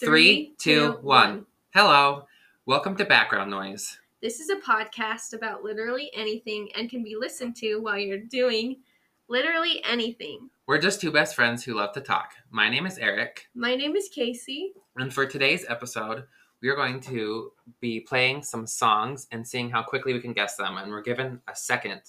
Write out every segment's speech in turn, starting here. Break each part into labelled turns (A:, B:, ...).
A: Three, two, one. Hello. Welcome to Background Noise.
B: This is a podcast about literally anything and can be listened to while you're doing literally anything.
A: We're just two best friends who love to talk. My name is Eric,
B: My name is Casey.
A: and for today's episode, we are going to be playing some songs and seeing how quickly we can guess them. And we're given a second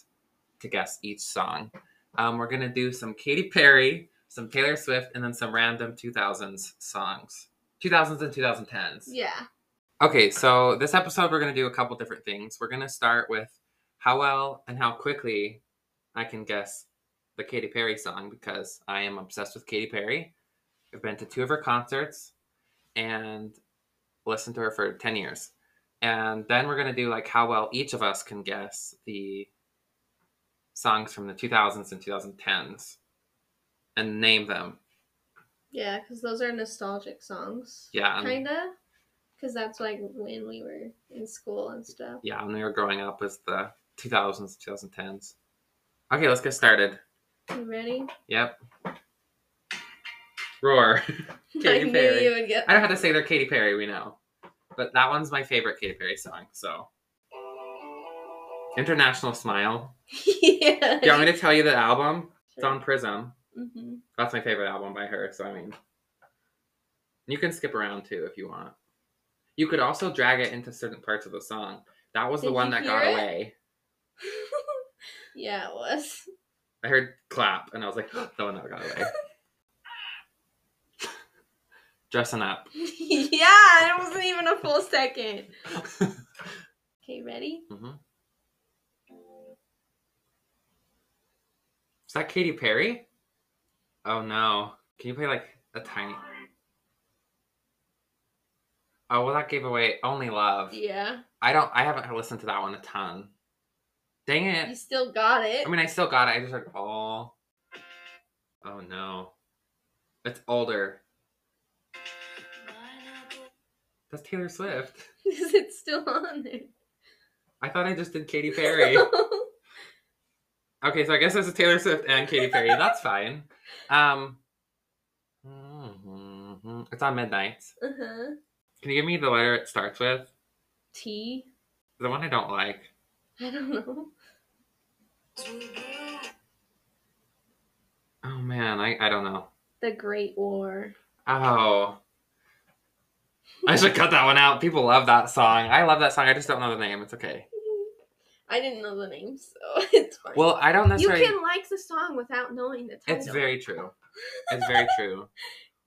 A: to guess each song. Um, we're going to do some Katy Perry, some Taylor Swift, and then some random 2000s songs. 2000s and 2010s.
B: Yeah.
A: Okay, so this episode we're gonna do a couple different things. We're gonna start with how well and how quickly I can guess the Katy Perry song because I am obsessed with Katy Perry. I've been to two of her concerts and listened to her for ten years. And then we're gonna do like how well each of us can guess the songs from the 2000s and 2010s and name them.
B: Yeah, because those are nostalgic songs.
A: Yeah, um, and-
B: Kinda. Because that's like when we were in school and stuff.
A: yeah, when we were growing up was the 2000s, 2010s. Okay, let's get started.
B: You ready?
A: Yep. Roar. Katy
B: I knew
A: Perry.
B: you would get
A: I don't have to say they're Katy Perry, we know. But that one's my favorite Katy Perry song, so. International Smile. Do
B: yeah.
A: you want me to tell you the album? It's on Prism.
B: hmm
A: That's my favorite album by her, so I mean. You can skip around too if you want. You could also drag it into certain parts of the song. That was the
B: Did
A: one
B: you
A: that
B: hear
A: got
B: it?
A: away.
B: yeah, it was.
A: I heard clap and I was like, the one that got away. Dressing up.
B: yeah, it wasn't even a full second. Okay, ready?
A: hmm Is that Katy Perry? Oh no. Can you play like a tiny. Oh, well, that gave away Only Love.
B: Yeah.
A: I don't, I haven't listened to that one a ton. Dang
B: You
A: it.
B: still got it.
A: I mean, I still got it. I just heard all. Oh no. It's older. That's Taylor Swift.
B: Is it still on there? Uh-huh.
A: I thought I just did Katy Perry. Okay, so I guess this is Taylor Swift and Katy Perry. That's fine. Um, mm-hmm. it's on midnight.
B: uh-huh.
A: Can you give me the letter it starts with?
B: T.
A: The one I don't like.
B: I don't know.
A: Oh man, I, I don't know.
B: The Great War.
A: Oh, I should cut that one out. People love that song. I love that song. I just don't know the name. It's okay.
B: I didn't know the name, so it's fine.
A: Well, I don't
B: you
A: necessarily.
B: can like the song without knowing the title.
A: It's very true. It's very true.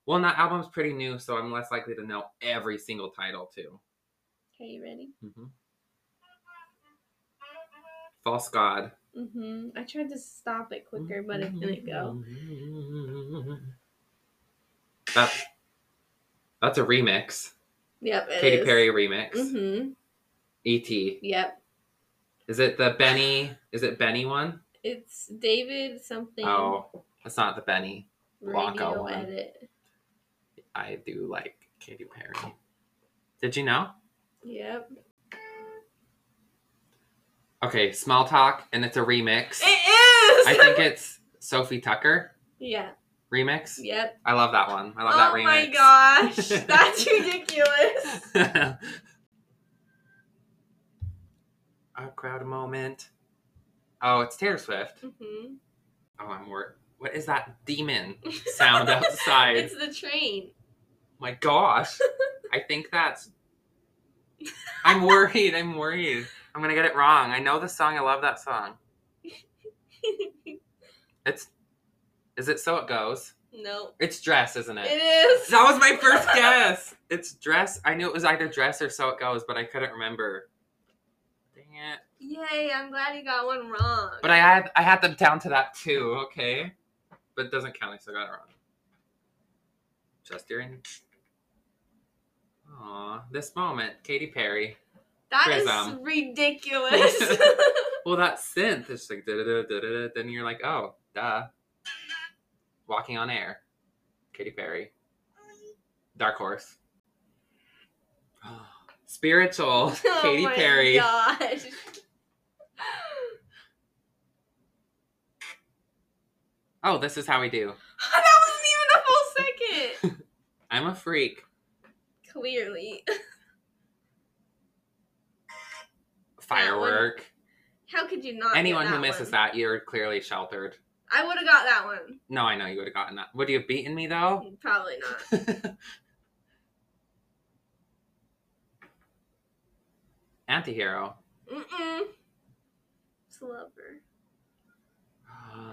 A: Well, and that album's pretty new, so I'm less likely to know every single title too.
B: Okay, you ready?
A: hmm False God.
B: Mm-hmm. I tried to stop it quicker, but it didn't
A: Mm-hmm.
B: go.
A: That, that's a remix.
B: Yep, it
A: Katy
B: is.
A: Perry remix.
B: Mm-hmm.
A: E.T.
B: Yep.
A: Is it the Benny? Is it Benny one?
B: It's David something
A: Oh, it's not the Benny. Blanco
B: radio
A: one.
B: edit.
A: I do like Katy Perry. Did you know?
B: Yep.
A: Okay, Small Talk, and it's a remix.
B: It is.
A: I think it's Sophie Tucker
B: yeah.
A: remix.
B: Yep.
A: I love that one. I love
B: oh
A: that remix.
B: my gosh, that's ridiculous.
A: a crowd moment. Oh, it's Taylor Swift.
B: Mhm.
A: Oh, I'm worried. What is that demon sound outside?
B: It's the train.
A: my gosh. I think that's. I'm worried. I'm worried. I'm going to get it wrong. I know the song. I love that song. It's. Is it So It Goes?
B: no,
A: It's Dress, isn't it?
B: it is.
A: Uh, That was my first guess. It's Dress. I knew it was either Dress or So It Goes, but I couldn't remember. Dang it.
B: Yay! I'm glad you got one wrong.
A: But I had I had them down to that too, okay? But it doesn't count, I still got it wrong. Just during Aw, this moment, Katy Perry.
B: that is
A: Prism.
B: ridiculous.
A: Well that synth is like da da da da then you're like, oh, duh. Walking on air. Katy Perry. Dark Horse. Spiritual Katy
B: oh my
A: Perry.
B: Gosh.
A: Oh, this is how we do. Oh,
B: that wasn't even a full second.
A: I'm a freak.
B: Clearly.
A: Firework.
B: How could you not? get
A: Anyone who
B: Oh, that
A: misses
B: one?
A: that, you're clearly sheltered.
B: I would have got that one.
A: No, I know you would have gotten that. Would you have beaten me though?
B: Probably not.
A: Antihero.
B: Mm-mm. It's lover.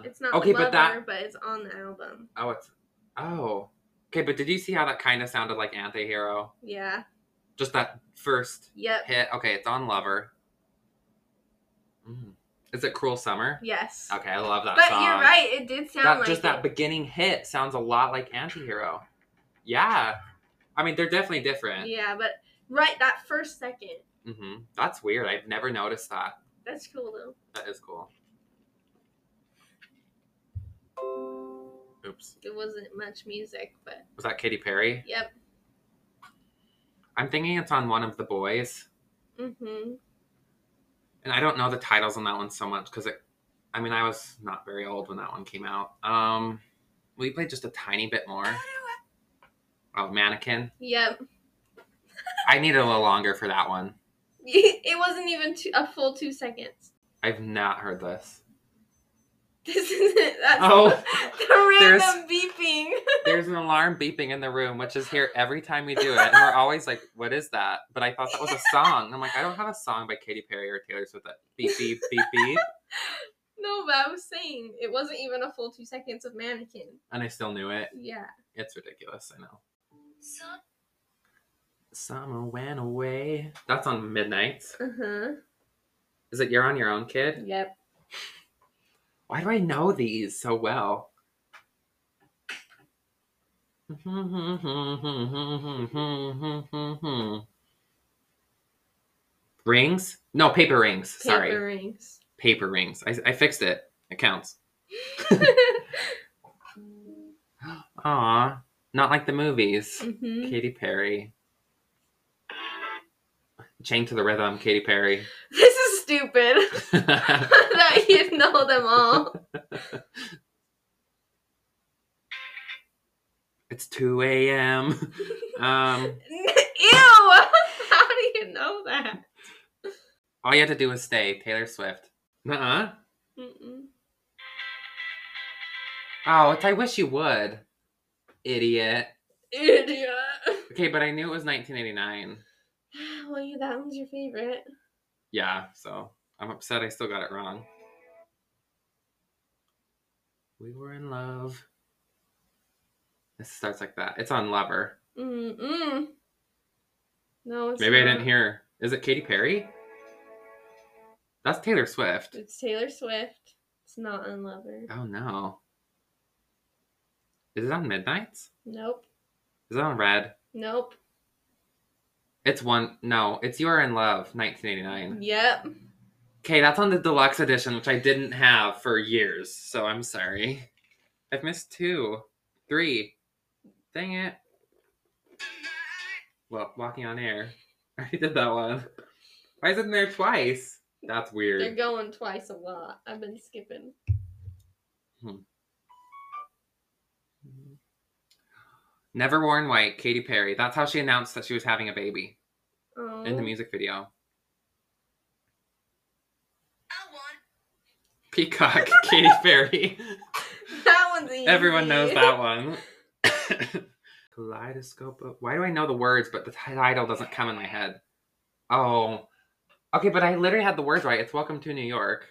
B: It's not
A: Okay,
B: lover,
A: but that-
B: but it's on the album.
A: Oh, it's oh. Okay, but did you see how that kind of sounded like antihero?
B: Yeah.
A: Just that first
B: Yep.
A: hit. Okay, it's on Lover. Mm. Is it Cruel Summer?
B: Yes.
A: Okay, I love that
B: But
A: song.
B: you're right. It did sound
A: That,
B: like
A: just that
B: it.
A: beginning hit sounds a lot like antihero. Yeah. I mean, they're definitely different.
B: Yeah, but right that first second.
A: hmm That's weird. I've never noticed that.
B: That's cool though.
A: That is cool. Oops.
B: It wasn't much music, but
A: Was that Katy Perry?
B: yep.
A: I'm thinking it's on one of the boys.
B: Mm-hmm.
A: and I don't know the titles on that one so much because it. I mean, I was not very old when that one came out. Um, we played just a tiny bit more. Oh, mannequin!
B: Yep.
A: I needed a little longer for that one.
B: it wasn't even two, a full two seconds.
A: I've not heard this.
B: This is it. That's
A: Oh.
B: the
A: There's-
B: random beeping.
A: There's an alarm beeping in the room, which is here every time we do it, and we're always like, "What is that?" But I thought that was a song. And I'm like, I don't have a song by Katy Perry or Taylor Swift that beep beep beep beep,
B: No, but I was saying it wasn't even a full two seconds of mannequin.
A: and I still knew it.
B: Yeah.
A: It's ridiculous. I know. Summer went away. That's on midnight.
B: Uh huh.
A: Is it You're on Your Own, Kid?
B: Yep.
A: Why do I know these so well? Rings? No, paper rings.
B: Paper
A: Sorry.
B: rings.
A: Paper rings. I, I fixed it. It counts. Aw. Not like the movies.
B: hmm
A: Katy Perry. Chain to the Rhythm, Katy Perry.
B: This is stupid. that you know them all.
A: it's 2 a.m. Um.
B: Ew! How do you know that?
A: All you had to do was stay, Taylor Swift. Nuh-uh.
B: Mm-mm.
A: Oh, it's I wish you would. Idiot.
B: Idiot.
A: Okay, but I knew it was 1989.
B: Well, you, that one's your favorite.
A: Yeah, so I'm upset I still got it wrong. We were in love. This starts like that. It's on Lover.
B: Mm-mm. No, it's
A: Maybe I didn't
B: not.
A: hear. Is it Katy Perry? That's Taylor Swift.
B: It's Taylor Swift. It's not Unlover.
A: Oh no. Is it on Midnight's?
B: Nope.
A: Is it on Red?
B: Nope.
A: It's one. No, it's You Are in Love, 1989.
B: Yep.
A: Okay, that's on the deluxe edition, which I didn't have for years, so I'm sorry. I've missed two, three. Dang it. Well, walking on air. I already did that one. Why is it in there twice? That's
B: They're
A: weird.
B: going twice a lot. I've been skipping.
A: Never worn white, Katy Perry. That's how she announced that she was having a baby
B: Oh.
A: in the music video. Peacock, Katy Perry.
B: That one's easy.
A: Everyone knows that one. Kaleidoscope. of- Why do I know the words, but the title doesn't come in my head? Oh. Okay, but I literally had the words right. It's Welcome to New York.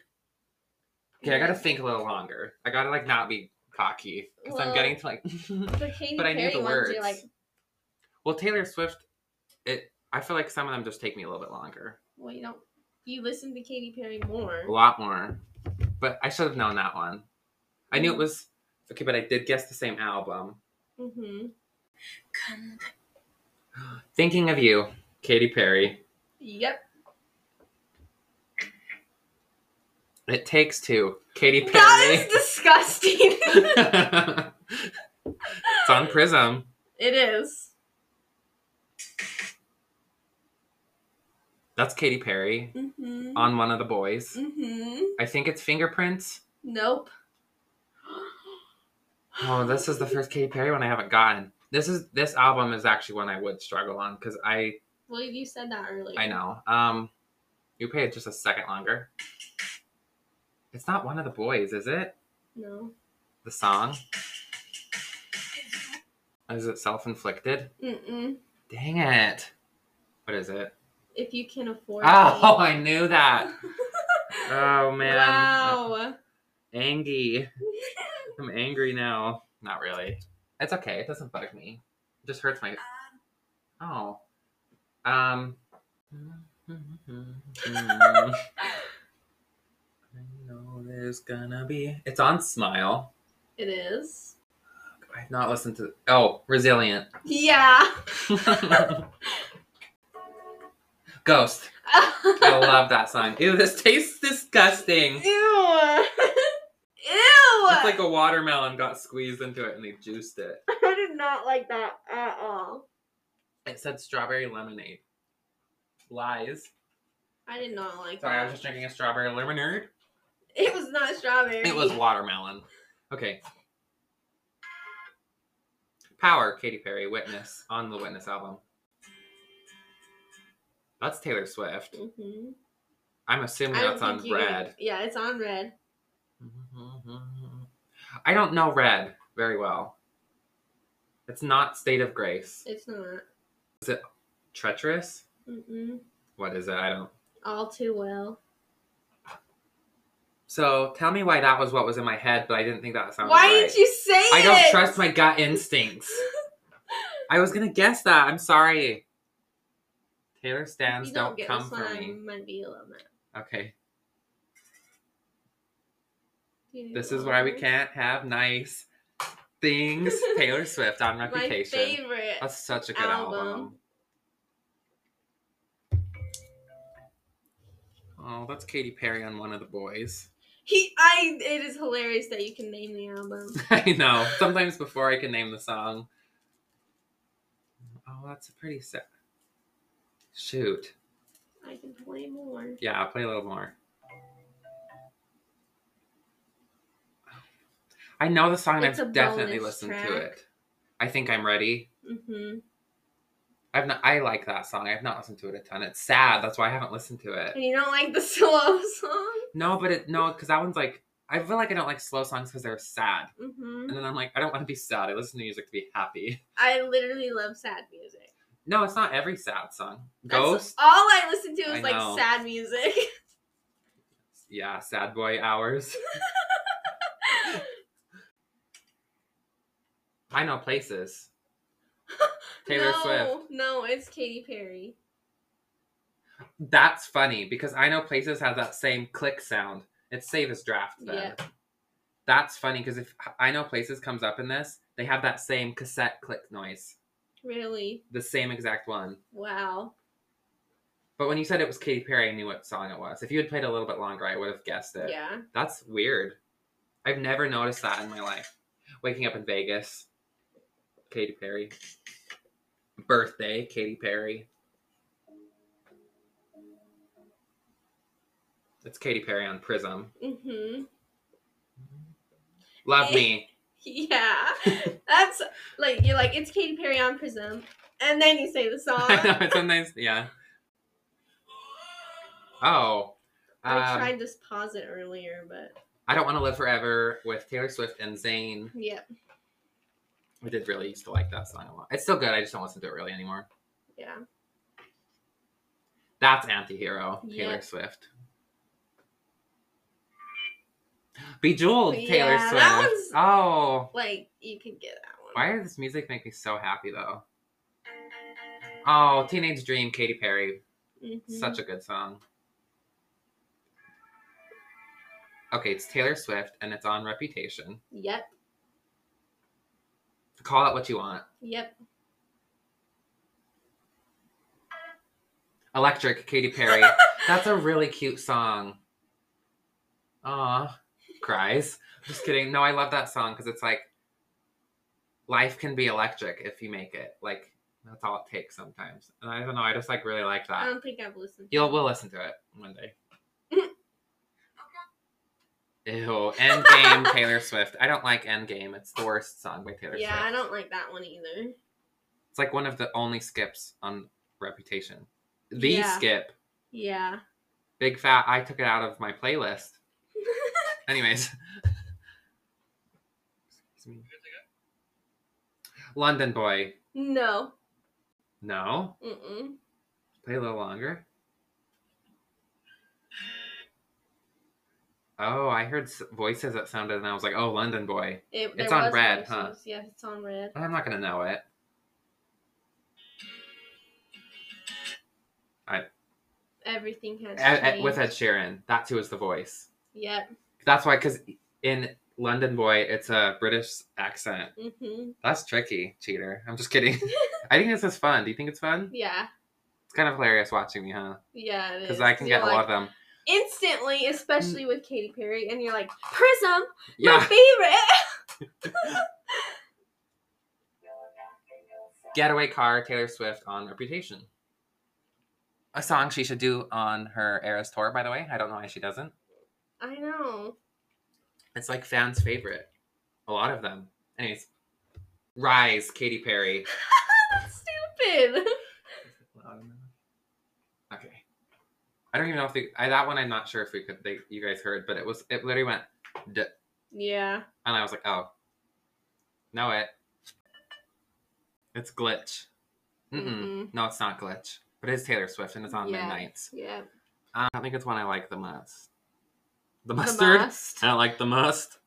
A: Okay, I gotta think a little longer. I gotta, like, not be cocky. Because I'm
B: Well-
A: getting to, like.
B: The Katy
A: but I knew
B: Perry
A: the
B: ones,
A: words.
B: You're like,
A: well, Taylor Swift, it. I feel like some of them just take me a little bit longer.
B: well, you don't. You listen to Katy Perry
A: A
B: more.
A: lot more. But I should have known that one. I
B: Mm.
A: knew it was. Okay, but I did guess the same album.
B: Mm-hmm.
A: Thinking of You, Katy Perry.
B: Yep.
A: It takes two. Katy Perry.
B: That is disgusting.
A: it's on Prism.
B: it is.
A: That's Katy Perry
B: Mm-hmm.
A: on one of the boys.
B: Mm-hmm.
A: I think it's Fingerprints.
B: Nope.
A: Oh, this is the first Katy Perry one I haven't gotten. This is this album is actually one I would struggle on because I
B: Well, you said that earlier.
A: I know. Um, you pay it just a second longer. It's not one of the boys, is it?
B: No.
A: The song is it self-inflicted?
B: Mm-mm.
A: Dang it! What is it?
B: If you can afford
A: Oh, I knew that. Oh
B: it.
A: man,
B: wow.
A: Angie. I'm angry now. Not really. It's okay. It doesn't bug me. It just hurts my. Oh. Um. I know there's gonna be. It's on Smile.
B: it is.
A: I've not listened to. Oh, Resilient.
B: Yeah.
A: Ghost. I love that song. Ew, this tastes disgusting.
B: Ew. Ew.
A: It's like a watermelon got squeezed into it and they juiced it.
B: I did not like that at all.
A: It said strawberry lemonade. Lies.
B: I did not like
A: Sorry, I
B: that.
A: was just drinking a strawberry lemonade.
B: It was not strawberry.
A: It was watermelon. Okay. Power, Katy Perry, Witness, on the Witness album. That's Taylor Swift.
B: Mhm.
A: I'm assuming
B: I don't
A: that's on
B: think you-
A: Red.
B: Yeah, it's on red.
A: I don't know Red very well. It's not State of Grace.
B: It's not.
A: Treacherous?
B: Mm-mm.
A: What is it? I don't.
B: All too well.
A: So tell me why that was what was in my head, but I didn't think that sounded
B: Why
A: right.
B: didn't you say it?
A: I don't trust my gut instincts. I was gonna guess that. I'm sorry. Taylor stands
B: you
A: don't,
B: don't, get
A: come
B: this
A: for
B: one. I
A: me.
B: might be a little mad.
A: Okay,
B: Do you
A: this
B: know
A: is
B: what
A: why we
B: one?
A: can't have nice things. Taylor Swift on Reputation.
B: My favorite.
A: That's such a good album.
B: album.
A: Oh, that's Katy Perry on one of the boys.
B: He, I. It is hilarious that you can name the album.
A: I know. Sometimes before I can name the song. Oh, that's a pretty set. Shoot.
B: I can play more.
A: Yeah, I'll play a little more. I know the song. and
B: It's a
A: I've definitely
B: bonus
A: listened to
B: track.
A: it. I think I'm ready.
B: Mm-hmm.
A: I've not. I like that song. I've not listened to it a ton. It's sad. That's why I haven't listened to it.
B: And you don't like the slow song.
A: No, but it no because that one's like I feel like I don't like slow songs because they're sad.
B: Mm-hmm.
A: And then I'm like I don't want to be sad. I listen to music to be happy.
B: I literally love sad music.
A: No, it's not every sad song.
B: That's
A: Ghost.
B: all I listen to
A: I
B: is
A: know.
B: like sad music.
A: Yeah, sad boy hours. I know places. Taylor
B: no,
A: Swift.
B: No, it's Katy Perry.
A: That's funny because I know places have that same click sound. It's save as draft then.
B: Yeah.
A: That's funny because if I know places comes up in this, they have that same cassette click noise,
B: Really?
A: the same exact one.
B: Wow.
A: But when you said it was Katy Perry, I knew what song it was. If you had played a little bit longer, I would have guessed it.
B: Yeah.
A: That's weird. I've never noticed that in my life. Waking up in Vegas, Katy Perry. Birthday, Katy Perry. It's Katy Perry on Prism.
B: Mm-hmm.
A: Love me.
B: Yeah. That's like you're like it's Katy Perry on Prism, and then you say the song.
A: I know it's a nice, yeah. Oh,
B: I
A: um,
B: tried to pause it earlier, but
A: I don't want to live forever with Taylor Swift and Zayn.
B: yeah,
A: I did really used to like that song a lot. It's still good. I just don't listen to it really anymore.
B: yeah.
A: That's anti-hero, Taylor
B: Yeah.
A: Swift. Bejeweled, Taylor
B: Yeah,
A: Swift.
B: that one's-
A: Oh,
B: Like you can get that one.
A: why does this music make me so happy though? Oh, Teenage Dream, Katy Perry.
B: Mhm.
A: Such a good song. Okay, it's Taylor Swift and it's on Reputation.
B: Yep.
A: Call it what you want.
B: Yep.
A: Electric, Katy Perry. That's a really cute song. Aw, cries. Just kidding. No, I love that song because it's like life can be electric if you make it. Like that's all it takes sometimes. And I don't know. I just like really like
B: I
A: that.
B: don't think I've listened.
A: You'll we'll listen to it one day. Ew. Endgame Taylor Swift. I don't like Endgame. It's the worst song by Taylor
B: yeah,
A: Swift.
B: I don't like that one either.
A: It's like one of the only skips on Reputation. The
B: Yeah.
A: skip.
B: Yeah.
A: Big fat. I took it out of my playlist. Anyways. Excuse me. London Boy.
B: no.
A: No.
B: Mm-mm.
A: Play a little longer. Oh, I heard s- voices that sounded, and I was like, "Oh, London Boy."
B: It,
A: It's
B: there
A: on
B: was
A: red,
B: voices.
A: huh?
B: Yes, it's on red.
A: But I'm not gonna know it.
B: Everything has
A: Ed- Ed-
B: changed.
A: with Ed Sheeran, that's who was the voice.
B: Yep.
A: That's why, because in London Boy, it's a British accent.
B: Mm-hmm.
A: That's tricky, cheater. I'm just kidding. I think this is fun. Do you think it's fun?
B: Yeah.
A: It's kind of hilarious watching me, huh?
B: Yeah, it is.
A: Because I can
B: You're
A: get a lot
B: like-
A: of them.
B: instantly,
A: Mm.
B: especially with Katy Perry, and you're like, Prism, my
A: Yeah.
B: favorite.
A: Getaway Car, Taylor Swift on Reputation. A song she should do on her Eras tour, by the way. I don't know why she doesn't.
B: I know.
A: It's like fans' favorite. A lot of them. Anyways, Rise, Katy Perry.
B: That's stupid.
A: Okay. I don't even know if they, I, that one I'm not sure if we could they, you guys heard, but it was it literally went duh,
B: Yeah.
A: and I was like, oh, know it. It's glitch. Mm-mm.
B: Mhm.
A: No, it's not glitch, but it's Taylor Swift and it's on
B: Yeah.
A: midnights.
B: Yeah.
A: Um, I think it's one I like the most. The
B: The
A: mustard.
B: must.
A: I like the most.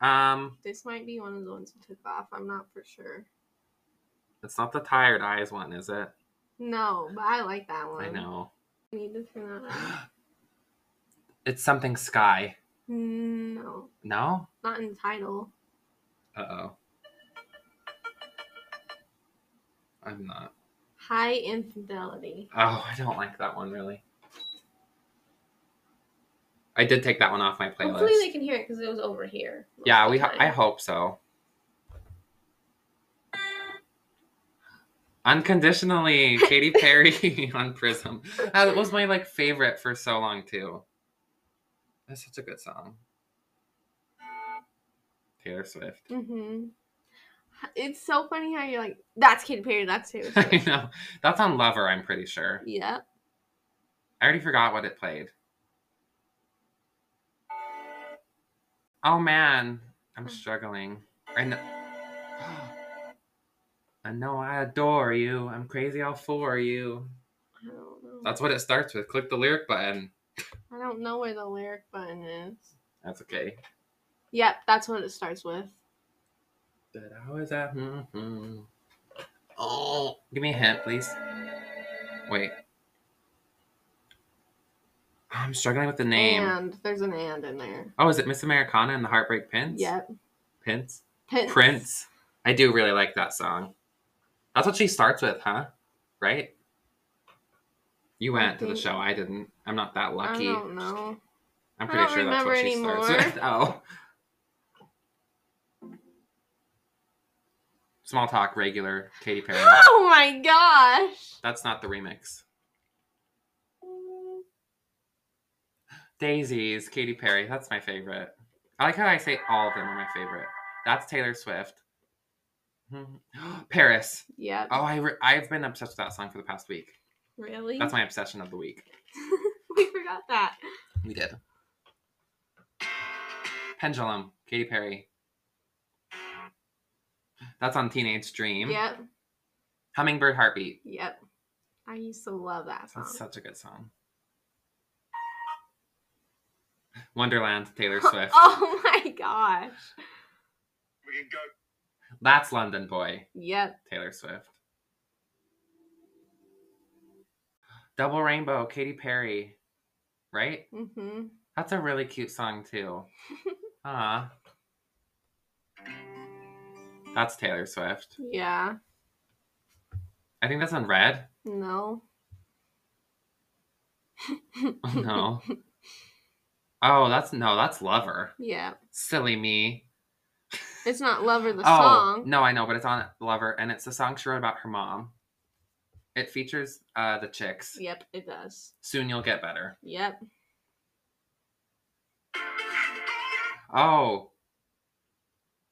A: Um,
B: This might be one of the ones we took off. I'm not for sure.
A: it's not the tired eyes one, is it?
B: No, but I like that one.
A: I know.
B: I need to turn that on.
A: It's something sky.
B: No,
A: No.
B: not in the title.
A: Uh oh. I'm not.
B: High infidelity.
A: Oh, I don't like that one really. I did take that one off my playlist.
B: Hopefully they can hear it because it was over here. most
A: yeah,
B: of
A: we.
B: the
A: Ho- I
B: time.
A: hope so. Unconditionally, Katy Perry on Prism. That was my like favorite for so long too. That's such a good song. Taylor Swift.
B: Mhm. It's so funny how you're like, that's Katy Perry. That's Taylor
A: I
B: Swift.
A: know. That's on Lover, I'm pretty sure.
B: yeah.
A: I already forgot what it played. Oh man, I'm struggling. I know. I know I adore you. I'm crazy all for you.
B: I don't know.
A: That's what it starts with. Click the lyric button.
B: I don't know where the lyric button is.
A: That's okay.
B: Yep, that's what it starts with.
A: That I was at. mhm. Oh, give me a hint, please. Wait. I'm struggling with the name.
B: And there's an and in there.
A: Oh, is it Miss Americana and the Heartbreak Pins?
B: Yep.
A: Pins.
B: Prince.
A: Prince. I do really like that song. That's what she starts with, huh? Right? You
B: I
A: went to the
B: think-
A: show. I didn't. I'm not that lucky.
B: Mm-hmm. I don't know.
A: I'm
B: I
A: pretty
B: don't
A: sure that's what she
B: remember
A: starts with. Oh. Small talk, regular, Katy Perry.
B: Oh my gosh.
A: that's not the remix. Daisies, Katy Perry. That's my favorite. I like how I say all of them are my favorite. That's Taylor Swift. Hmm. Paris.
B: Yep.
A: Oh, I re- I've been obsessed with that song for the past week.
B: really?
A: That's my obsession of the week.
B: we forgot that.
A: We did. Pendulum, Katy Perry. That's on Teenage Dream.
B: Yep.
A: Hummingbird Heartbeat.
B: Yep. I used to love that song.
A: That's such a good song. Wonderland, Taylor Swift.
B: Oh my gosh.
C: We can go.
A: That's London Boy,
B: Yep.
A: Taylor Swift. Double Rainbow, Katy Perry. Right?
B: Mm-hmm.
A: That's a really cute song too. Ah. That's Taylor Swift.
B: Yeah.
A: I think that's on red.
B: No.
A: Oh, no. oh, that's no, that's Lover.
B: Yeah.
A: Silly me.
B: It's not Lover the
A: oh,
B: song.
A: no, I know, but it's on Lover, and it's a song she wrote about her mom. It features uh the chicks.
B: Yep, it does.
A: Soon you'll get better.
B: Yep.
A: Oh,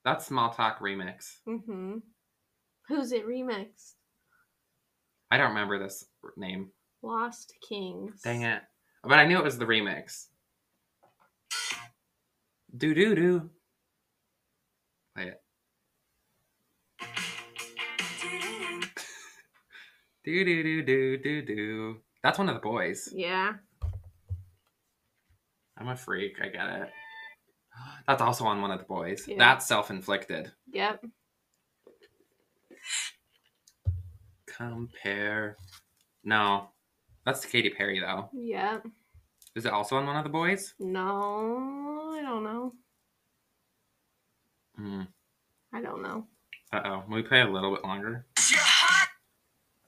A: that's Small Talk Remix.
B: Mm-hmm. Who's it remixed?
A: I don't remember this name.
B: Lost Kings.
A: Dang it. But I knew it was the remix. Do do do. Play it. Do do do do do do. That's one of the boys.
B: Yeah.
A: I'm a freak. I get it. That's also on one of the boys.
B: Yeah.
A: That's self inflicted.
B: Yep.
A: Compare. No. That's Katy Perry, though.
B: Yep.
A: Is it also on one of the boys?
B: No, I don't know.
A: Hmm.
B: I don't know.
A: Uh oh. Will we play a little bit longer?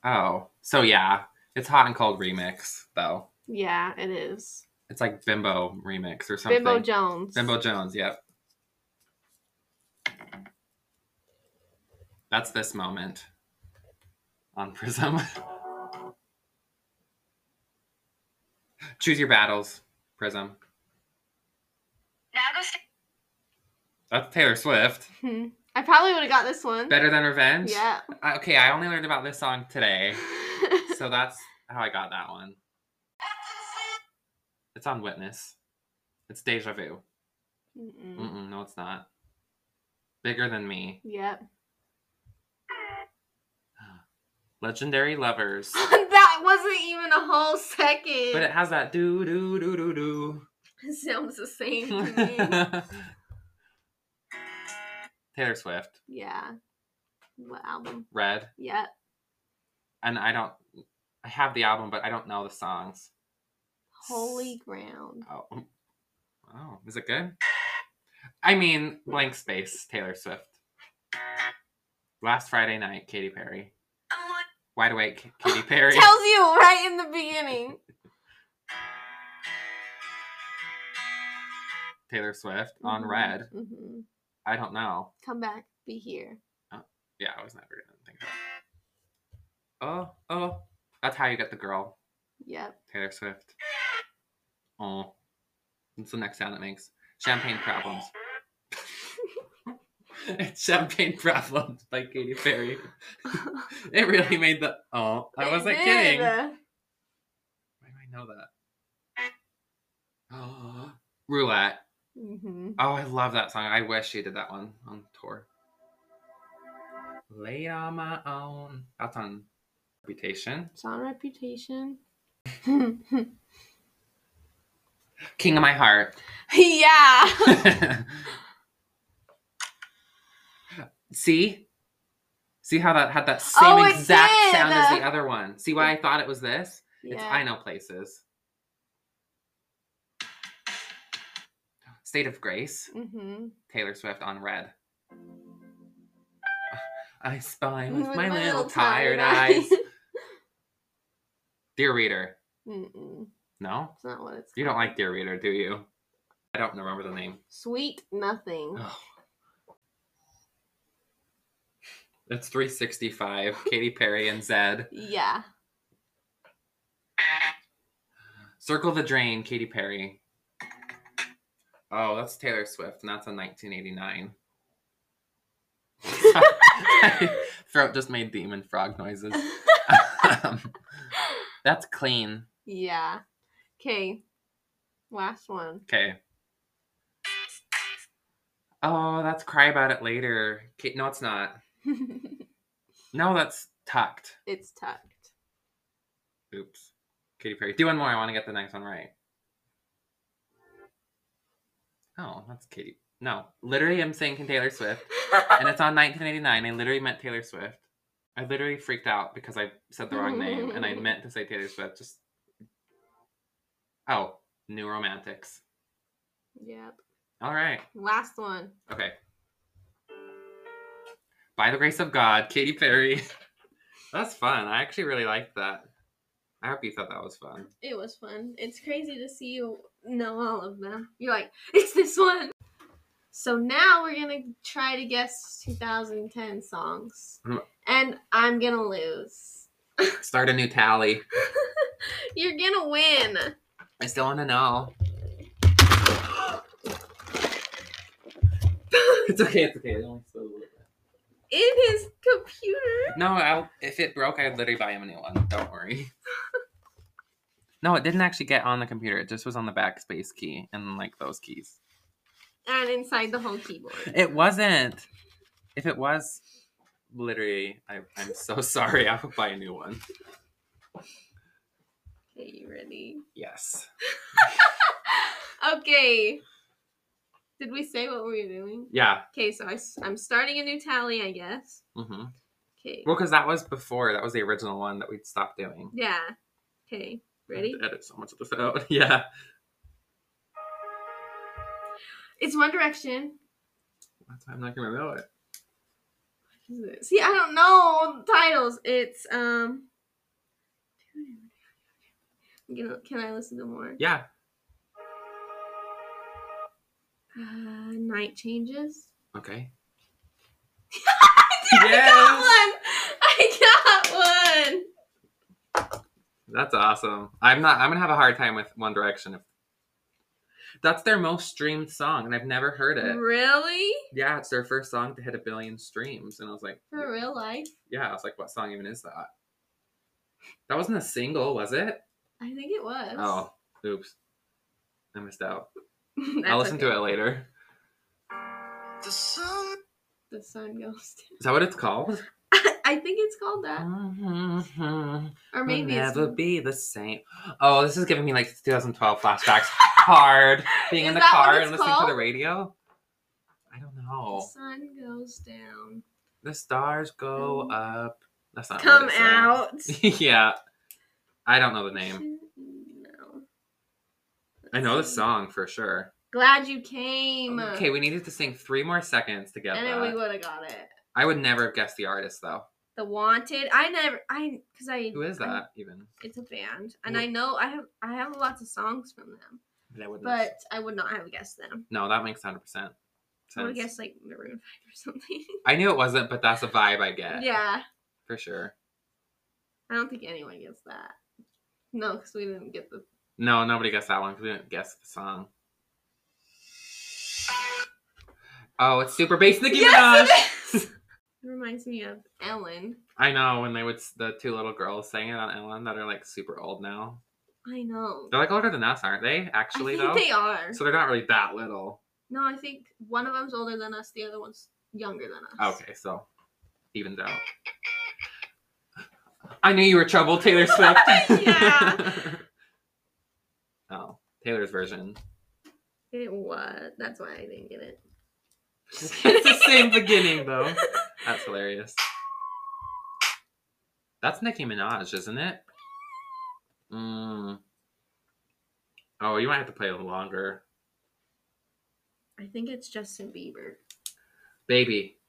A: Oh. So, yeah. It's Hot and Cold Remix, though.
B: Yeah, it is.
A: It's like Bimbo Remix or something.
B: Bimbo Jones.
A: Bimbo Jones, yep. That's this moment on Prism. Choose your battles, Prism. That's Taylor Swift.
B: Hmm. I probably would have got this one.
A: Better Than Revenge?
B: Yeah.
A: I- okay, I only learned about this song today, so that's how I got that one. It's on Witness. It's Deja Vu.
B: Mm-mm.
A: Mm-mm, no, it's not. Bigger Than Me.
B: yep.
A: Legendary Lovers.
B: that wasn't even a whole second.
A: But it has that do do do do do.
B: It sounds the same to me.
A: Taylor Swift,
B: yeah. What album?
A: Red,
B: Yep.
A: and I don't. I have the album, but I don't know the songs.
B: Holy ground.
A: Oh, oh, is it good? I mean, blank space. Taylor Swift. Last Friday night, Katy Perry. Wide awake, Katy Perry.
B: Tells you right in the beginning.
A: Taylor Swift
B: Oh
A: on Red.
B: hmm
A: I don't know.
B: Come back. Be here.
A: Yeah, I was never gonna think that. Oh, oh, that's how you get the girl,
B: Yep.
A: Taylor Swift. Oh, what's the next sound it makes? Champagne problems. it's champagne problems by Katy Perry. it really made the. Oh, I
B: It
A: wasn't
B: did.
A: kidding. Why do I know that? Oh, roulette.
B: Mhm.
A: Oh, I love that song. I wish she did that one on tour. Late on my own. That's on Reputation.
B: It's on reputation.
A: King of my heart.
B: yeah.
A: See? See how that had that same
B: Oh, it
A: exact
B: did.
A: sound as the other one. See why I thought it was this? It's I
B: yeah.
A: Know Places. State of Grace.
B: Mm-hmm.
A: Taylor Swift on Red. I spy with my little tired eyes. Dear Reader.
B: Mm-mm.
A: No?
B: It's not what it's.
A: You don't like Dear Reader, do you? I don't remember the name.
B: Sweet nothing.
A: Oh. It's 365, Katy Perry and Zed.
B: Yeah.
A: Circle the Drain, Katy Perry. Oh, that's Taylor Swift, and that's on 1989. My Throat just made demon frog noises. Um, that's clean.
B: yeah. Okay. Last one.
A: Okay. Oh, that's Cry About It Later. Ka- No, it's not. No, that's Tucked.
B: it's tucked.
A: Oops. Katy Perry. Do one more. I want to get the next one right. Oh, that's Katy. No, literally, I'm saying Taylor Swift, and it's on 1989. I literally meant Taylor Swift. I literally freaked out because I said the wrong name, and I meant to say Taylor Swift. Just oh, New Romantics.
B: yep.
A: All right.
B: Last one.
A: Okay. By the grace of God, Katy Perry. That's fun. I actually really liked that. I hope you thought that was fun.
B: It was fun. It's crazy to see you know all of them. You're like, it's this one. So now we're gonna try to guess 2010 songs,
A: Hmm.
B: and I'm gonna lose.
A: Start a new tally.
B: You're gonna win.
A: I still want to know. It's okay. It's okay. It only spilled a little bit.
B: in his computer.
A: No, I'll, if it broke, I'd literally buy him a new one. Don't worry. No, it didn't actually get on the computer. It just was on the backspace key and like those keys.
B: And inside the whole keyboard.
A: It wasn't. If it was, literally, I, I'm so sorry. I will buy a new one.
B: Okay, you ready?
A: Yes.
B: Okay. Did we say what we were doing?
A: Yeah.
B: Okay, so I, am starting a new tally, I guess.
A: hmm
B: Okay.
A: Well, because that was before. That was the original one that we'd stopped doing.
B: Yeah. Okay. Ready?
A: I had to edit so much of this out. Yeah.
B: It's One Direction.
A: That's why I'm not gonna know it.
B: See, I don't know the titles. It's um. I'm gonna- Can I listen to more?
A: Yeah.
B: Uh, night changes.
A: Okay.
B: I got one. I got one.
A: That's awesome. I'm not. I'm gonna have a hard time with One Direction. If that's their most streamed song, and I've never heard it.
B: Mm. Really?
A: Yeah, it's their first song to hit a billion streams, and I was like,
B: For real life?
A: yeah, I was like, what song even is that? That wasn't a single, was it?
B: I think it was.
A: Oh, oops, I missed out. I'll listen to it later.
C: The sun.
B: The sun goes
A: Is that what it's called? Mm-hmm.
B: down. I think it's called that, or
A: We'll
B: maybe it's
A: never be the same. Oh, this is giving me like 2012 flashbacks. Hard being in
B: Is
A: the
B: that what
A: car
B: it's
A: and listening
B: called?
A: to the radio. I don't
B: the
A: know.
B: sun goes down.
A: The stars go
B: Um,
A: up. That's not.
B: Come
A: what it
B: out.
A: said. yeah, I don't know the name.
B: No.
A: I know the
B: Let's see.
A: song for sure.
B: Glad you came.
A: Okay, we needed to sing three more seconds to get
B: and
A: that.
B: then we would have got it.
A: I would never have guessed the artist though.
B: The Wanted. I never. I because I.
A: Who is
B: I-
A: that even?
B: it's a band, and
A: Wh-
B: I know I have. I have lots of songs from them,
A: But I wouldn't. have-
B: but I would not have guessed them.
A: no, that makes 100 percent
B: I would have
A: sense.
B: guessed like Maroon Five or something.
A: I knew it wasn't, but that's a vibe I get.
B: yeah,
A: for sure.
B: I don't think anyone gets that. No, because we didn't get the.
A: No, nobody guessed that one because we didn't guess the song. Oh, it's Super Bass Nicki Minaj.
B: Yes, it is! It reminds me of Ellen.
A: I know when they would s- the two little girls sang it on Ellen that are like super old now.
B: I know.
A: They're like older than us, aren't they? Actually,
B: I think
A: though,
B: they are.
A: so they're not really that little.
B: no, I think one of them's older than us. The other one's younger than us.
A: Okay, so evens out. I knew you were trouble, Taylor Swift.
B: Yeah.
A: oh, Taylor's version.
B: It was. That's why I didn't get it. Just
A: It's the
B: kidding.
A: same beginning though. That's hilarious. That's Nicki Minaj, isn't it? Mm. Oh, you might have to play a little longer.
B: I think it's Justin Bieber.
A: Baby.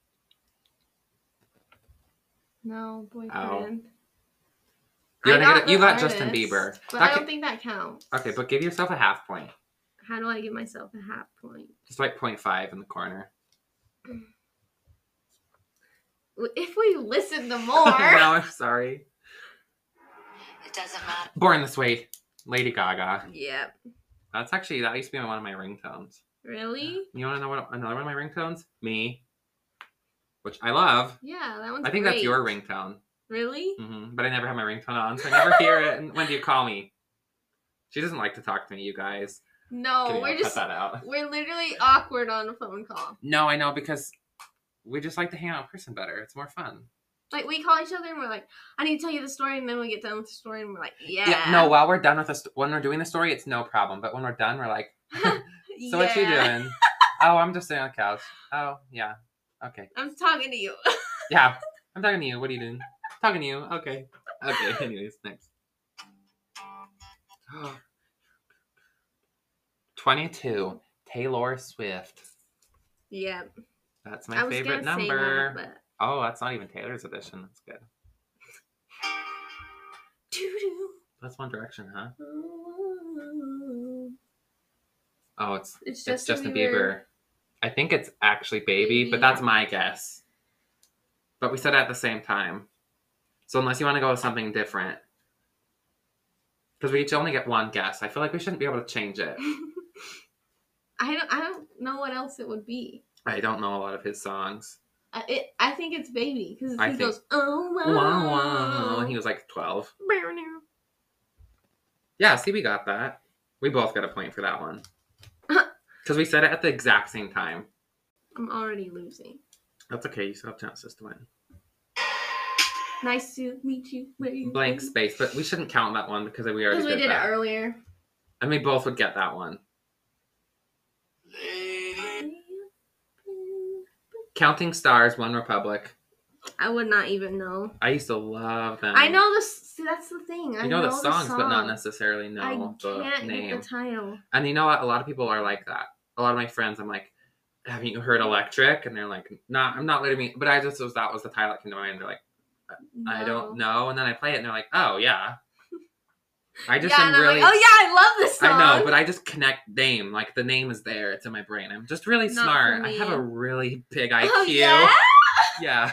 B: No, boyfriend.
A: Oh. You
B: I
A: gotta get it-
B: the
A: you got Justin Bieber.
B: But
A: That
B: I
A: ca-
B: don't think that counts.
A: Okay, but give yourself a half point.
B: how do I give myself a half point?
A: Just like 0.5 in the corner.
B: If we listen to more,
A: no, I'm sorry.
C: It doesn't matter.
A: Born This Way, Lady Gaga.
B: yep.
A: That's actually, that used to be one of my ringtones.
B: Really?
A: You want to know what another one of my ringtones? Me. Which I love.
B: Yeah, that one's.
A: I think that's
B: great.
A: your ringtone.
B: Really?
A: hmm But I never have my ringtone on, so I never hear it. And when do you call me? She doesn't like to talk to me, you guys.
B: No,
A: Kidding,
B: Oh, we're
A: I'll
B: just
A: cut that out.
B: we're literally awkward on a phone call.
A: No, I know because we just like to hang out in person better. It's more fun.
B: Like we call each other and we're like, I need to tell you the story, and then we get done with the story and we're like, yeah.
A: no, while we're done with this, when we're doing the story, it's no problem. But when we're done, we're like, so what you
B: Yeah.
A: doing? oh, I'm just sitting on the couch. Oh, yeah. Okay.
B: I'm talking to you.
A: Yeah. I'm talking to you. What are you doing? Talking to you. Okay. Okay. Anyways, next. 22. Taylor Swift.
B: Yeah,
A: That's
B: I
A: my
B: was
A: favorite
B: gonna
A: number.
B: say that, but
A: Oh, that's not even Taylor's edition. That's good.
B: Doo-doo.
A: That's One Direction, huh?
B: Ooh.
A: Oh, it's
B: It's
A: it's
B: Justin,
A: Justin Bieber.
B: Bieber.
A: I think it's actually Baby,
B: Baby.
A: but that's my guess. But we said it at the same time, so unless you want to go with something different, because we each only get one guess, I feel like we shouldn't be able to change it.
B: I don't. I don't know what else it would be.
A: I don't know a lot of his songs.
B: I, it, I think it's Baby because
A: I
B: he
A: think-
B: goes, oh wow,
A: Wow, wow. He was like 12. Yeah, see, we got that. We both got a point for that one. Because we said it at the exact same time.
B: I'm already losing.
A: That's okay. You still have chances to win.
B: Nice to meet you. Where you
A: Blank
B: been?
A: space, but we shouldn't count that one because we already
B: Because we
A: did,
B: did it
A: that.
B: earlier.
A: and we both would get that one. Counting Stars, One Republic.
B: I would not even know.
A: I used to love them.
B: I know this. See, that's the thing. I
A: Um, You know, the songs, but not
B: song.
A: necessarily
B: I
A: know the
B: can't
A: name.
B: get the title.
A: and you know what? A lot of people are like that. A lot of my friends, I'm like, haven't you heard Electric? And they're like, not, I'm not letting me. But I just was, that was the title that came to mind. They're like, I don't know. And then I play it and they're like, oh, yeah. I just
B: yeah,
A: am
B: and I'm
A: really.
B: like, oh yeah, I love this song.
A: I know, but I just connect name. Like the name is there. It's in my brain. I'm just really
B: Not for
A: smart. I have
B: me.
A: a really big IQ.
B: oh, yeah?
A: Yeah.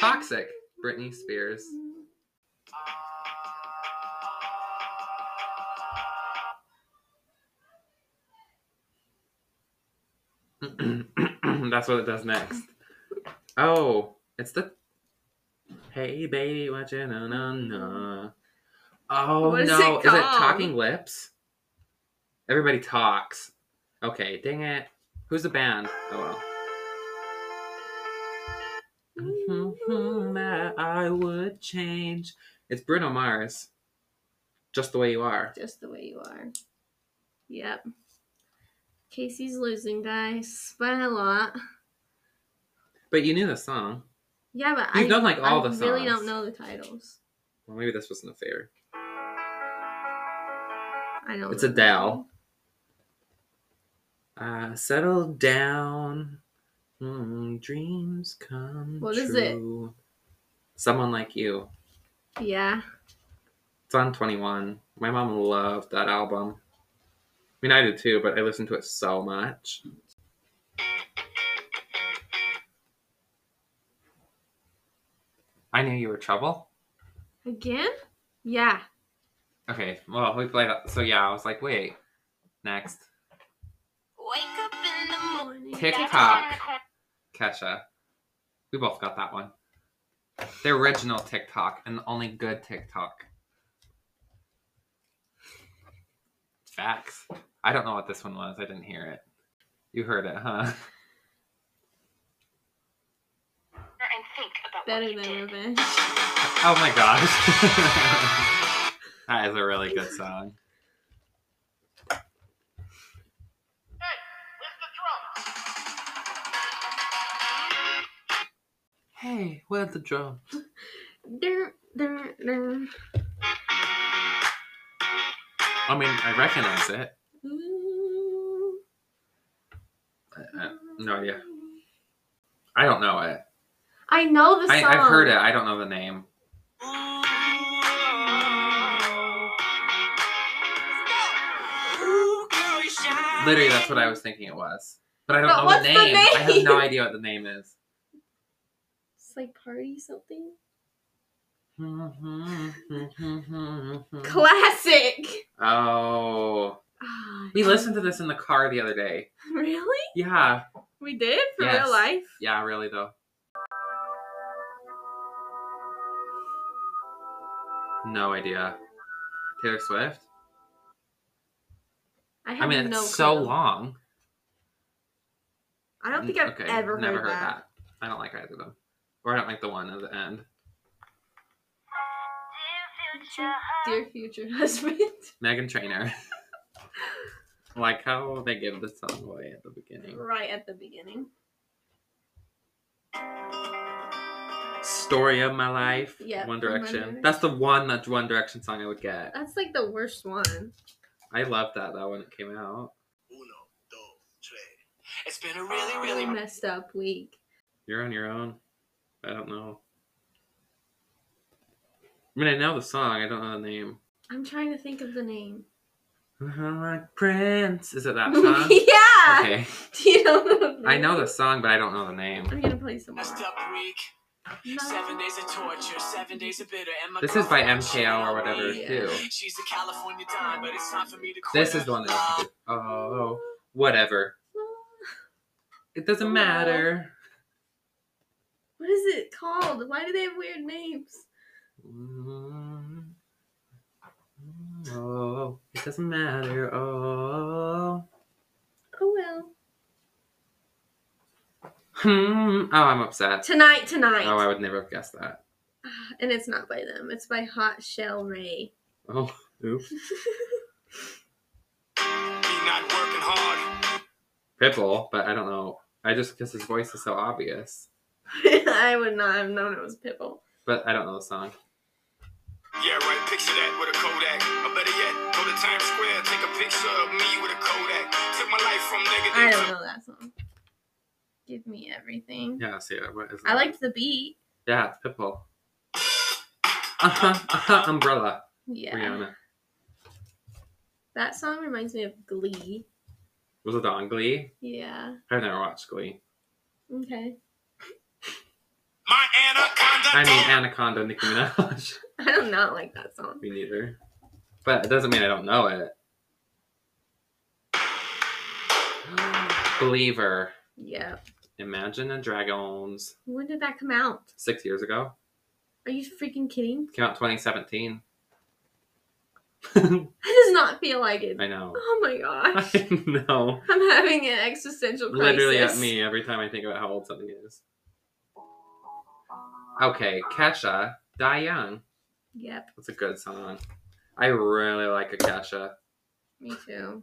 A: Toxic. Britney Spears.
B: Mm-hmm.
A: That's what it does next. Oh, it's the Hey baby, watch it na na na. Oh
B: What is it
A: no, is it
B: called?
A: Talking Lips? Everybody talks. Okay, dang it. Who's the band? Oh well. Mhm, that I would change. It's Bruno Mars. Just the way you are.
B: Just the way you are. Yep. Casey's losing, guys, by a lot.
A: But you knew the song.
B: Yeah, but
A: You've
B: I
A: done, like, all
B: I
A: the
B: really
A: songs.
B: don't know the titles.
A: Well, maybe this wasn't a favorite.
B: I don't.
A: It's
B: know.
A: Adele. Uh, settle down. Mm, dreams come
B: What
A: true.
B: is it?
A: Someone like you.
B: Yeah.
A: It's on 21. My mom loved that album. I mean, I did too, but I listened to it so much. I knew you were trouble.
B: Again? Yeah.
A: Okay, well, we played that. So, yeah, I was like, wait, next.
C: Wake up in the morning.
B: Morning.
A: TikTok. Kesha. We both got that one. The original TikTok and the only good TikTok. Facts. I don't know what this one was. I didn't hear it. You heard it, huh?
C: And think about
B: Better
C: what you
B: than
C: did.
B: revenge.
A: Oh my gosh. that is a really good song.
C: Where's the drum?
A: Hey, where's the drum?
B: Dur, dur, dur.
A: I mean, I recognize it.
B: Ooh.
A: I, I, Uh, no idea. I don't know it.
B: I know the
A: I,
B: song.
A: I've heard it. I don't know the name. Literally, that's what I was thinking it was. But I don't
B: But
A: know
B: what's
A: the
B: the
A: name. I have no
B: name?
A: idea what the name is.
B: It's like party something. Classic.
A: Oh,
B: Ah,
A: we listened to this in the car the other day.
B: Really?
A: Yeah,
B: We did for
A: Yes.
B: real life.
A: yeah, really though. No idea. Taylor Swift.
B: I have
A: I mean, it's
B: no
A: so
B: clue.
A: long.
B: I don't think I've
A: Okay,
B: ever
A: never
B: heard, that.
A: I don't like either of them, or I don't like the one at the end.
B: Dear future husband.
A: Megan Trainor. like how they give the song away at the beginning.
B: right at the beginning.
A: Story of my life.
B: Yeah,
A: One
B: from One
A: Direction.
B: Direction.
A: That's the one that One Direction song I would get.
B: That's like the worst one.
A: I loved that though when it came out.
C: Uno, dos, tres. It's been a really, really
B: messed up week.
A: You're on your own. I don't know. I mean, I know the song. I don't know the name.
B: I'm trying to think of the name.
A: Like Prince. Is it that song?
B: yeah.
A: Okay.
B: Do you know the
A: I know the song, but I don't know the name.
B: I'm gonna play some more.
C: messed up week. Seven days of torture, seven days of bitter. And my
A: This is by
C: girlfriend, she
A: MKO or
C: don't
A: whatever
C: leave.
A: too.
C: She's a California dime, but it's time for me to quit.
A: This is the one that. Oh, whatever. It doesn't
B: Oh.
A: matter.
B: What is it called? Why do they have weird names?
A: Mm. Oh, it doesn't matter. Oh.
B: Oh well.
A: Hmm. Oh, I'm upset.
B: Tonight, tonight.
A: Oh, I would never have guessed that.
B: Ah, And it's not by them. It's by Hot Shell Ray.
A: Oh, oops.
C: He not working hard.
A: Pitbull, but I don't know. I just because his voice is so obvious.
B: I would not have known it was Pitbull.
A: But I don't know the song.
C: Yeah, right. Picture that with a Kodak. Or better yet, go to Times Square, take a picture of me with a Kodak. Took my life from
B: I
C: negative.
B: don't know that song. Give me everything.
A: Yeah, let's see it. What is
B: I
A: that?
B: liked the beat.
A: Yeah, it's Pitbull. Uh huh. Uh-huh, umbrella.
B: Yeah.
A: Rihanna.
B: That song reminds me of Glee.
A: Was it on Glee?
B: Yeah.
A: I've never watched Glee.
B: Okay.
C: My anaconda.
A: I mean, Anaconda, Nicki Minaj.
B: I do not like that song.
A: Me neither. But it doesn't mean I don't know it. Believer.
B: Yeah.
A: Imagine the Dragons.
B: When did that come out?
A: Six years ago.
B: Are you freaking kidding?
A: Came out 2017.
B: That does not feel like it.
A: I know.
B: Oh my gosh.
A: I know.
B: I'm having an existential crisis.
A: Literally at me every time I think about how old something is. Okay, Kesha, Die Young.
B: Yep.
A: That's a good song. I really like Akasha.
B: Me too.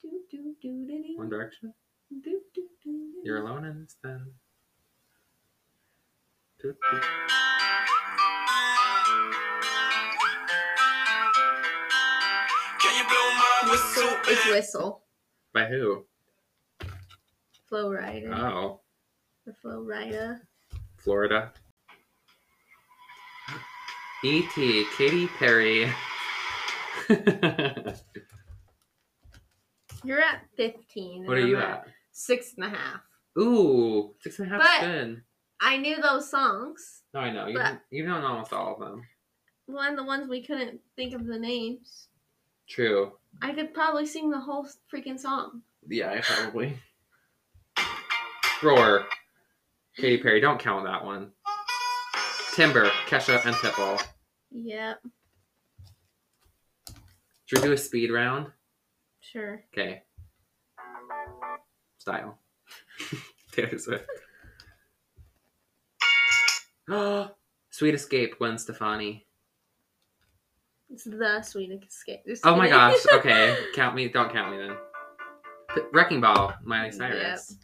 B: Do, do, do, do, do.
A: One Direction.
B: Do, do, do, do.
A: You're alone in this then.
C: Can you blow my
B: Whistle.
C: whistle?
B: It's whistle.
A: By who?
B: Flow rider.
A: Oh,
B: the flow rider.
A: Florida. E.T. Katy Perry. what
B: You're at fifteen.
A: are
B: and
A: you
B: I'm
A: at?
B: Six and a half.
A: Ooh, six and a half
B: But-
A: spin.
B: I knew those songs.
A: No, I know. You,
B: but-
A: you know almost all of them.
B: One of the ones we couldn't think of the names.
A: True.
B: I could probably sing the whole freaking song.
A: Yeah, I probably. Roar. Katy Perry. Don't count that one. Timber, Kesha, and Pitbull.
B: Yep.
A: Should we do a speed round?
B: Sure.
A: Okay. Style. Taylor Swift. Sweet Escape, Gwen Stefani.
B: It's the sweet escape. Just
A: Oh my
B: kidding.
A: gosh. Okay. Count me. Don't count me then. P- Wrecking Ball, Miley Cyrus.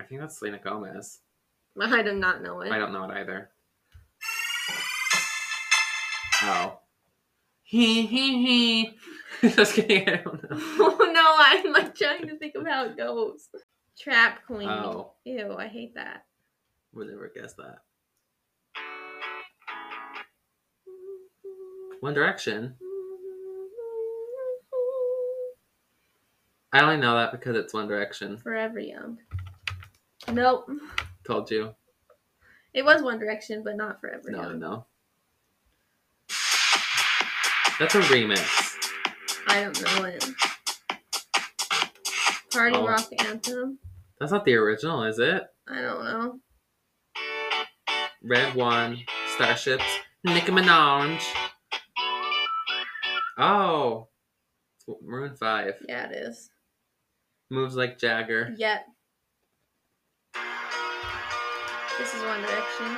A: I think that's Selena Gomez.
B: I do not know it.
A: I don't know it either. Oh. Hee hee hee. Just kidding. I don't know.
B: no, I'm like trying to think of how it goes. Trap queen.
A: Oh.
B: Ew, I hate that.
A: Would never guess that. One Direction. I only know that because it's One Direction.
B: Forever young. Nope.
A: Told you.
B: It was One Direction, but not Forever
A: No,
B: Young.
A: no. That's a remix.
B: I don't know it. Party
A: Oh.
B: rock anthem.
A: That's not the original, is it?
B: I don't know.
A: Red One, Starships, Nicki Minaj. Oh. It's Maroon 5.
B: Yeah, it is.
A: Moves like Jagger.
B: Yep. This is One Direction.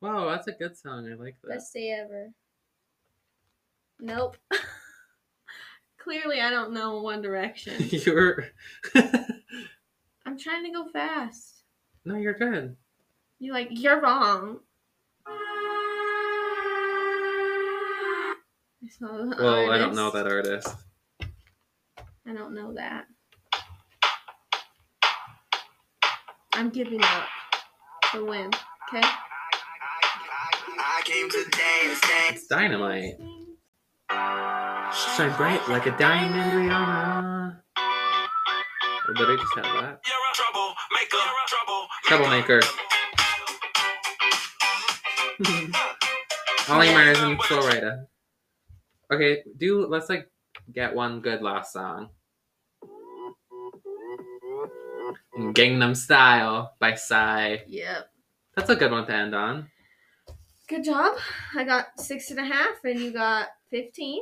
A: Whoa, that's a good song. I like that.
B: Best day ever. Nope. Clearly, I don't know One Direction.
A: you're.
B: I'm trying to go fast.
A: no, you're good.
B: You're like, you're wrong. It's not an
A: Well, I don't know
B: artist.
A: that artist.
B: I don't know that. I'm giving up the win. Okay.
C: I, I, I came to dance, dance.
A: It's Dynamite. Shine bright like a diamond, Rihanna. Or did I just have that?
C: You're a troublemaker.
A: Troublemaker. Holly Myers and Florida. Okay, do let's like get one good last song. Gangnam Style by Psy.
B: Yep.
A: That's a good one to end on.
B: Good job. I got six and a half, and you got 15.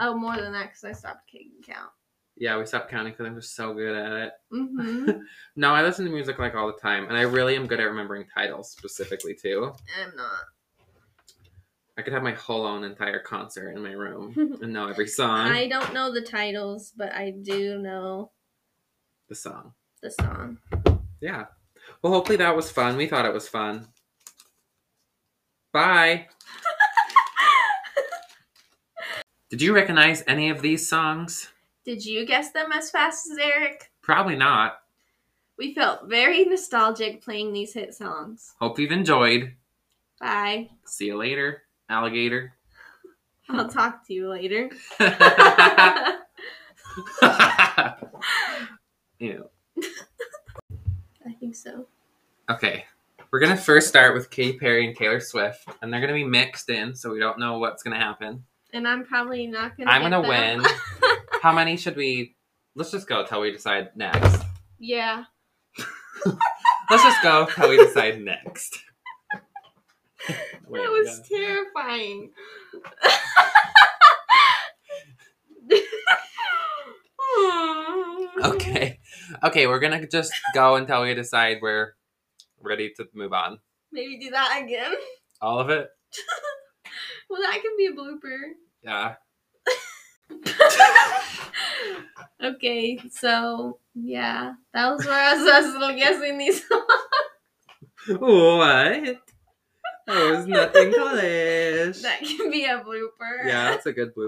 B: Oh, more than that because I stopped taking count.
A: Yeah, we stopped counting because I'm just so good at it.
B: Mm-hmm.
A: No, I listen to music like all the time, and I really am good at remembering titles specifically too.
B: I'm not.
A: I could have my whole own entire concert in my room and know every song.
B: I don't know the titles, but I do know
A: The song.
B: the song.
A: Yeah. Well, hopefully that was fun. We thought it was fun. Bye. Did you recognize any of these songs?
B: Did you guess them as fast as Eric?
A: Probably not.
B: We felt very nostalgic playing these hit songs.
A: Hope you've enjoyed.
B: Bye.
A: See you later, alligator.
B: I'll talk to you later.
A: Ew.
B: I think so.
A: Okay. We're gonna first start with Katy Perry and Taylor Swift, and they're gonna be mixed in, so we don't know what's gonna happen.
B: And I'm probably not gonna.
A: I'm
B: get
A: gonna
B: them.
A: win. How many should we? Let's just go till we decide next.
B: yeah.
A: Let's just go till we decide next. Wait,
B: that was terrifying.
A: yeah. okay. Okay, we're gonna just go until we decide we're ready to move on.
B: Maybe do that again.
A: All of it.
B: Well, that can be a blooper.
A: Yeah.
B: okay, so yeah, that was where I was, I was little guessing these.
A: What? That was nothing college.
B: that can be a blooper.
A: Yeah, that's a good blue.